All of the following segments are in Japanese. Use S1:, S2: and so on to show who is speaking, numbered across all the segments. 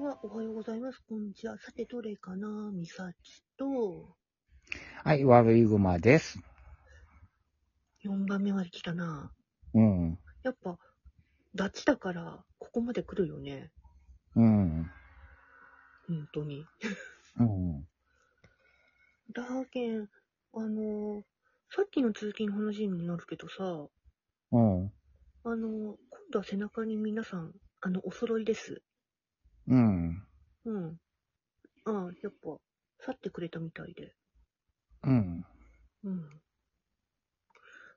S1: ます、こんにちは。さて、どれかなみさちと、
S2: はい、悪いグマです。
S1: 4番目まで来たな。
S2: うん。
S1: やっぱ、ダチだから、ここまで来るよね。
S2: うん。
S1: 本当に。
S2: うん。
S1: だけん、あの、さっきの通勤の話になるけどさ、
S2: うん。
S1: あの、今度は背中に皆さん、あの、お揃いです。
S2: うん。
S1: うん。ああ、やっぱ、去ってくれたみたいで。
S2: うん。
S1: うん。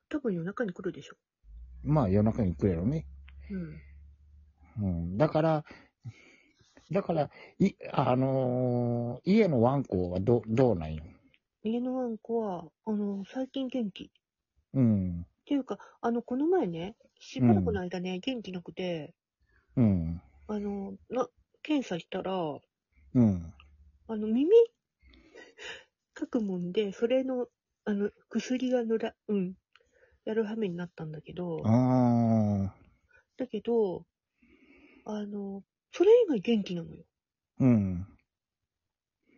S1: 多分夜中に来るでしょ。
S2: まあ夜中に来れろね。
S1: うん。
S2: うん。だから、だから、い、あのー家のワンコはど、どうなんよ。
S1: 家のワンコは、あの、最近元気。っ
S2: うん。
S1: ていうか、あの、この前ね、しばらくの間ね、元気なくて、
S2: うん。
S1: あの、な、検査したら、あ
S2: うん。
S1: の、耳、 かくもんで、それの、あの、薬がのら、うん、やるはめになったんだけど、
S2: ああ。
S1: だけど、あの、それ以外元気なのよ、
S2: うん。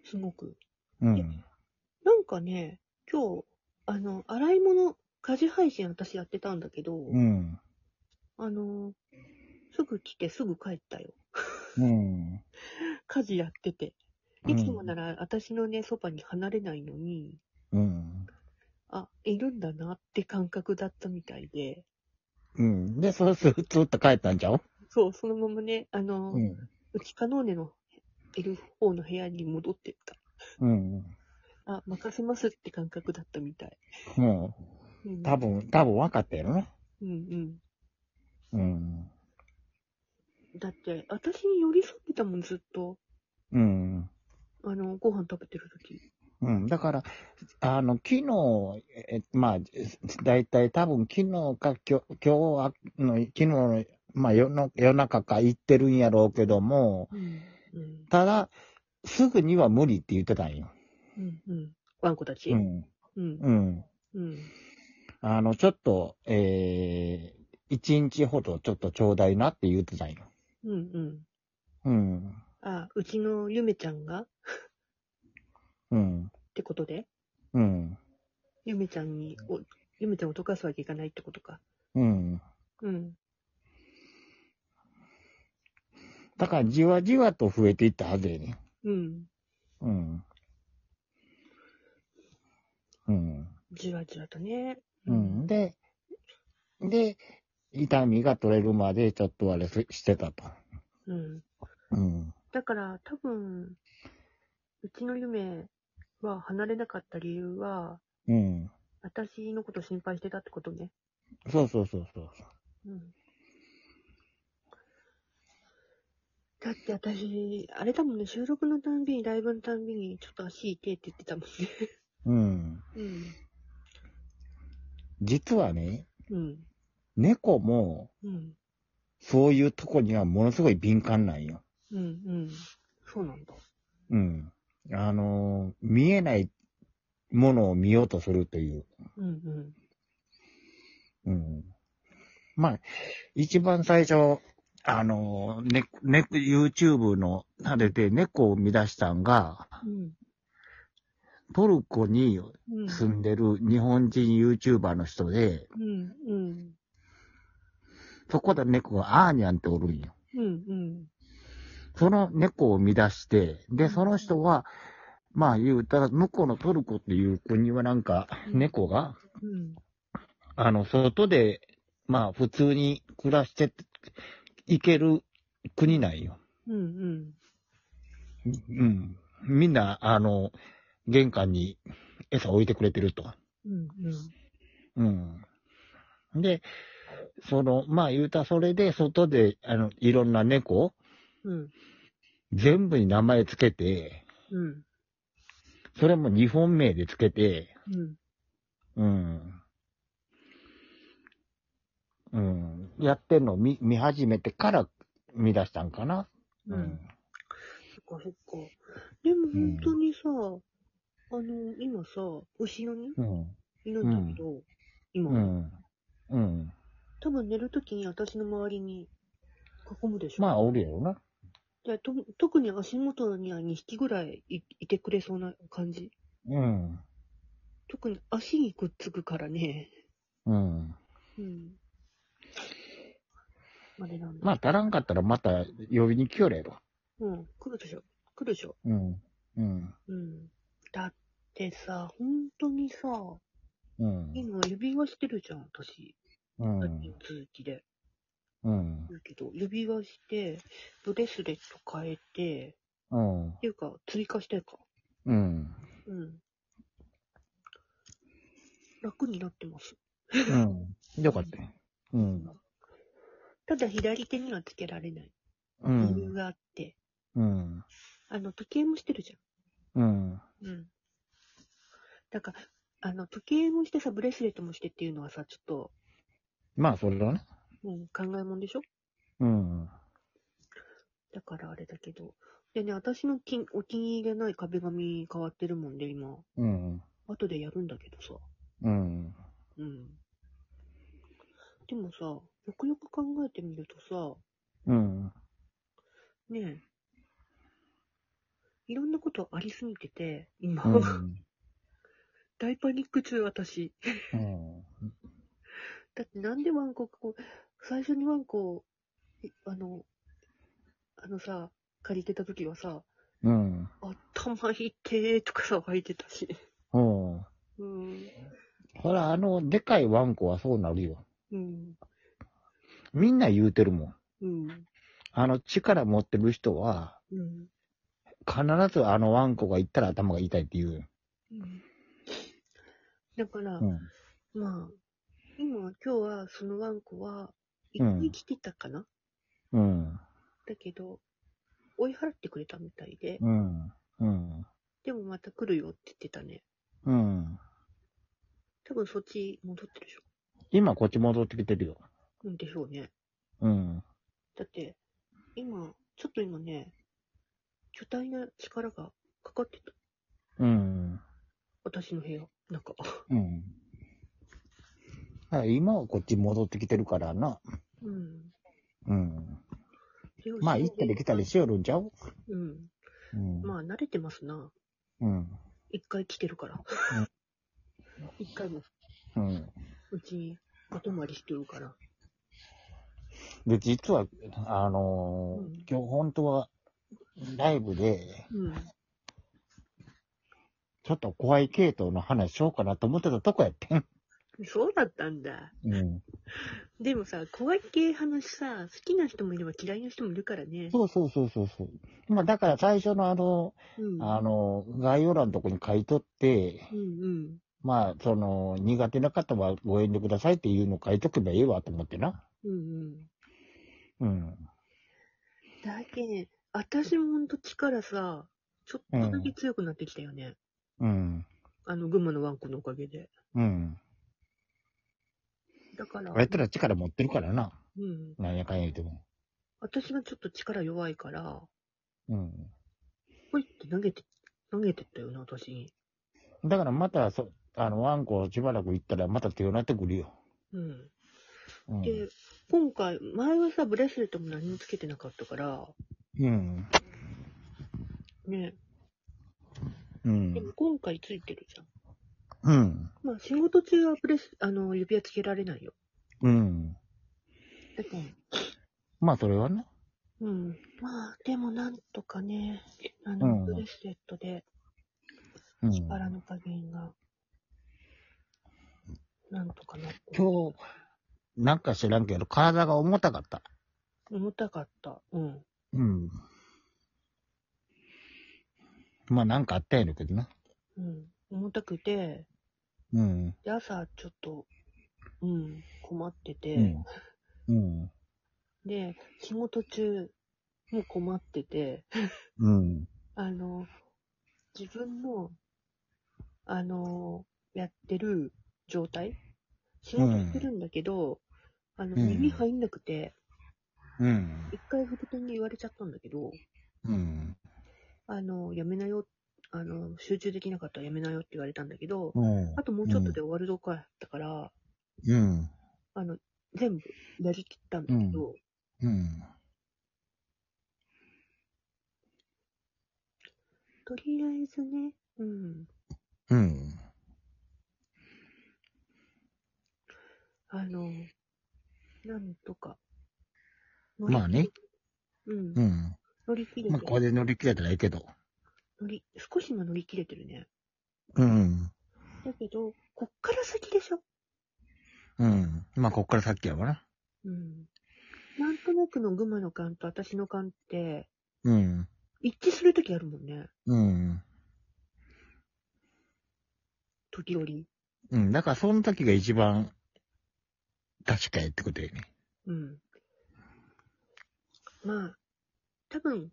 S1: すごく。
S2: うん。
S1: なんかね、今日、あの、洗い物、家事配信私やってたんだけど、
S2: うん。
S1: あの、すぐ来てすぐ帰ったよ。
S2: うん。
S1: 家事やってて。いつもなら私のね、そばに離れないのに、
S2: うん。
S1: あ、いるんだなって感覚だったみたいで、
S2: うん。で、そう すると、つっと帰ったんちゃう。
S1: そう、そのままね、あの、うんちカノーネのいる方の部屋に戻ってった。
S2: うん。
S1: あ、任せますって感覚だったみたい。
S2: も
S1: うん
S2: う、多。分、多分分かってるね。
S1: うんうん。
S2: うん。
S1: だって、私に寄り添ってたもん、ずっと。
S2: うん。
S1: あの、ご飯食べてる時。
S2: うん、だから、あの、昨日、えまあ、だいたい多分昨日か今日、今日はの、昨日の、まあ夜の、夜中か行ってるんやろうけども、
S1: うん。うん。
S2: ただ、すぐには無理って言ってたんよ。
S1: うん。うん。ワンコたち。
S2: うん。
S1: うん。
S2: うん。
S1: うん。
S2: あの、ちょっと、えー、一日ほどちょっとちょうだいなって言ってたんよ。
S1: うん。うん。
S2: うん。
S1: あ、うちのゆめちゃんがっ
S2: うん。
S1: てことで
S2: うん。
S1: ゆめちゃんにお、ゆめちゃんを溶かすわけいかないってことか。
S2: うん。
S1: うん。
S2: だから、じわじわと増えていったはずやねん。
S1: うん。
S2: うん。うん。
S1: じわじわとね。
S2: うん。。で、で、痛みが取れるまでちょっとあれししてたと。
S1: うん。
S2: うん。
S1: だから、多分、うちのゆめは離れなかった理由は、
S2: うん。
S1: 私のこと心配してたってことね。
S2: そうそうそうそう。
S1: うん。だって私、あれだもんね、収録のたんびに、ライブのたんびに、ちょっと足痛いって言ってたもんね。
S2: うん。
S1: うん。
S2: 実はね、
S1: うん。
S2: 猫も、
S1: うん。
S2: そういうとこにはものすごい敏感なんよ。
S1: うん。うん。そうなんだ。
S2: うん。あのー見えないものを見ようとするという。
S1: うんうん。
S2: うん。まあ、一番最初、あのー、ね、ね、YouTube の、あれで猫を見出したんが、
S1: うん。
S2: トルコに
S1: うん。
S2: 住んでる日本人 YouTuber の人で、
S1: うん。うん。
S2: そこで猫がアーニャンっておるんよ。
S1: うん。うん。
S2: その猫を見出して、で、その人は、まあ言うたら、向こうのトルコっていう国はなんか、
S1: うん
S2: 猫が、
S1: うん。
S2: あの、外で、まあ普通に暮らしていける国なんよ。
S1: うん。
S2: うん。みんな、あの、玄関に餌置いてくれてると。
S1: うん。うん。
S2: うん。で、その、まあ言うたらそれで外で、あの、いろんな猫、
S1: うん。
S2: 全部に名前つけて、
S1: うん。
S2: それも日本名でつけて、
S1: うん。
S2: うん。うん。やってんのを見、見始めてから見出したんかな。
S1: うん。。そっかそっか。でも本当にさ、あの、今さ、後ろに
S2: うん。
S1: いるんだけど、今、
S2: うん。うん。
S1: 多分寝るときに私の周りに囲むでしょ。
S2: まあ、おるやろな。
S1: じゃあと特に足元には2匹ぐらいいいてくれそうな感じ。
S2: うん。
S1: 特に足にくっつくからね。
S2: うん。
S1: うん。あれなんだ。
S2: まあ、足らんかったらまた呼びに来よれろ。
S1: うん。来るでしょ。来るでしょ。
S2: うん。うん。
S1: うん。だってさ、本当にさ、
S2: うん。
S1: 今指輪してるじゃん、私。
S2: うん。
S1: 続きで。
S2: うん。
S1: だけど、指輪して、ブレスレット変えて、
S2: うん
S1: っ。ていうか、追加してか。
S2: うん。
S1: うん。楽になってます。
S2: うん。よかったよ。うん。
S1: ただ左手にはつけられない。
S2: う
S1: 理由
S2: ん。
S1: があって。
S2: うん。
S1: あの、時計もしてるじ
S2: うん。
S1: ゃん。うん。だから、あの、時計もしてさ、ブレスレットもしてっていうのはさ、ちょっと、
S2: まあ、それだね。
S1: うん、考えもんでしょ
S2: うん。
S1: だからあれだけど。でね、私のきお気に入りでない壁紙変わってるもんで、今。
S2: うん。
S1: 後でやるんだけどさ。
S2: うん。
S1: うん。でもさ、よくよく考えてみると
S2: うん。
S1: さ、ねえ、いろんなことありすぎてて、今、
S2: うん。
S1: 大パニック中、私。
S2: うん。
S1: だってなんでワンコこう、最初にワンコ、いあの、あのさ、借りてた時はさ、
S2: うん。
S1: 頭痛いとかさ、湧いてたし。
S2: うん。
S1: うん。
S2: ほら、あの、でかいワンコはそうなるよ。
S1: うん。
S2: みんな言うてるも
S1: う
S2: ん。
S1: ん。
S2: あの、力持ってる人は、
S1: うん。
S2: 必ずあのワンコが行ったら頭が痛いって言う。
S1: うん、だから、
S2: うん。
S1: まあ、今、今日は、そのワンコは、
S2: う
S1: 生
S2: ん
S1: きてたかな、
S2: うん。
S1: だけど、追い払ってくれたみたいで、
S2: うん。うん。
S1: でもまた来るよって言ってたね。
S2: うん。
S1: 多分そっち戻ってるでしょ。
S2: 今こっち戻ってきてるよ。
S1: うんでしょうね。
S2: うん。
S1: だって、今、ちょっと今ね、巨大な力がかかってた。
S2: うん。
S1: 私の部屋。なん か、
S2: うん。だから今はこっち戻ってきてるからな。
S1: うん。
S2: うん。まあ行ったり来たり
S1: し。
S2: しよるんちゃう
S1: うん。
S2: うん。
S1: まあ慣れてますな。
S2: うん。
S1: 一回来てるから
S2: うん。
S1: 一回も、
S2: うん。
S1: うちに、まとまりしてるから。
S2: で、実は、あのー
S1: うん
S2: 今日本当は、ライブで、
S1: うん。
S2: ちょっと怖い系統の話しようかなと思ってたとこやってん。
S1: そうだったんだ。
S2: うん。
S1: でもさ、怖い系話さ、好きな人もいれば嫌いな人もいるからね。
S2: そうそうそうそうそう。まあ、だから最初のあの、
S1: うん。
S2: あの、概要欄のとこに書いとって、
S1: うんうん。
S2: まあ、その、苦手な方はご遠慮くださいっていうの書いとけばええわと思ってな。
S1: うんうん。
S2: うん。
S1: だけね、私もほんと力さ、ちょっとだけ強くなってきたよね。
S2: うん。
S1: あの、群馬のワンコのおかげで。
S2: うん。
S1: だから、
S2: あやったら力持ってるからな。
S1: うん。
S2: なんやかんや言うても。
S1: 私がちょっと力弱いから、
S2: うん。
S1: ほいって投げて、投げてったよな、私に。
S2: だからまた、そ、あの、ワンコしばらく行ったらまた手をなってくるよ。
S1: うん。
S2: うん。
S1: で、今回、前はさ、ブレスレットも何もつけてなかったから、
S2: うん。
S1: ね、
S2: う
S1: で
S2: ん
S1: も。今回ついてるじゃん。
S2: うん。
S1: まあ、仕事中はブレス、あの、指輪つけられないよ。
S2: うん。
S1: だけど
S2: まあ、それはね。
S1: うん。まあ、でもなんとかね、あ
S2: う
S1: の、
S2: ん
S1: ブレスレットで
S2: うん。
S1: 力の加減が、なんとかなって。
S2: 今日、なんか知らんけど、体が重たかった。
S1: 重たかった。うん。
S2: うん。まあ、なんかあったんやろうけどな。
S1: うん。重たくて、
S2: うん。
S1: で、朝ちょっと、うん、困ってて、
S2: うん。うん。
S1: で、仕事中も困ってて、
S2: うん。
S1: あの、自分の、あの、やってる状態仕事してるんだけど、あの、
S2: うん
S1: 耳入んなくて、
S2: うん。
S1: 一回副店に言われちゃったんだけど、
S2: うん。
S1: あの、やめなよ、あの、集中できなかったらやめなよって言われたんだけど、
S2: うん
S1: あともうちょっとで終わるとこやったから、
S2: うん。
S1: あの、全部やりきったんだけど、
S2: うん。
S1: とりあえずね、うん。
S2: うん。
S1: あの、なんとか。
S2: まあね。
S1: うん
S2: う。ん。
S1: 乗り切れて
S2: まあ、
S1: る。
S2: これで乗り切れたらいいけど。
S1: 乗り、少しは乗り切れてるね。
S2: うん。
S1: だけど、こっから先でしょ
S2: うん。まあ、こっからさっきやわな。
S1: うん。なんとなくのグマの勘と私の勘って、
S2: うん。
S1: 一致するときあるもんね。
S2: うん。
S1: 時折。
S2: うん。だから、その時が一番、確かやってことやね。
S1: うん。まあ、多分、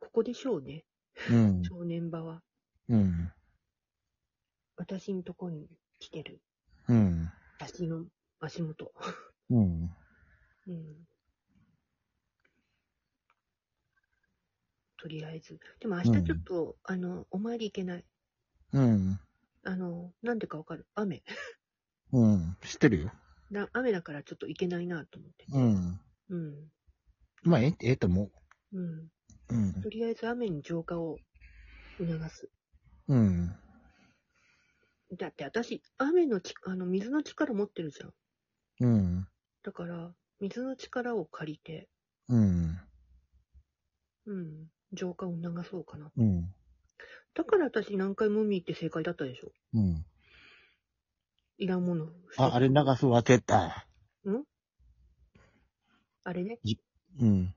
S1: ここでしょうね。
S2: うん。
S1: 少年場は。
S2: うん。
S1: 私のとこに来てる。
S2: うん。
S1: 私の足元。
S2: うん。
S1: うん。とりあえず。でも明日ちょっと、あの、お参り行けない。
S2: うん。
S1: あの、なんでかわかる雨。
S2: うん。知ってるよ。
S1: な雨だからちょっと行けないなと思って。
S2: うん。
S1: うん。
S2: まあ、ええ、ええと思
S1: うん。
S2: う。うん
S1: と。りあえず雨に浄化を促す。
S2: うん。
S1: だって私、雨のち、あの、水の力持ってるじゃん。
S2: うん。
S1: だから、水の力を借りて、
S2: うん。
S1: うん、浄化を促そうかな。
S2: うん。
S1: だから私何回も見って正解だったでしょ。
S2: うん。
S1: いらんもの。
S2: あ、あれ流す忘れた。
S1: あれね。
S2: うん。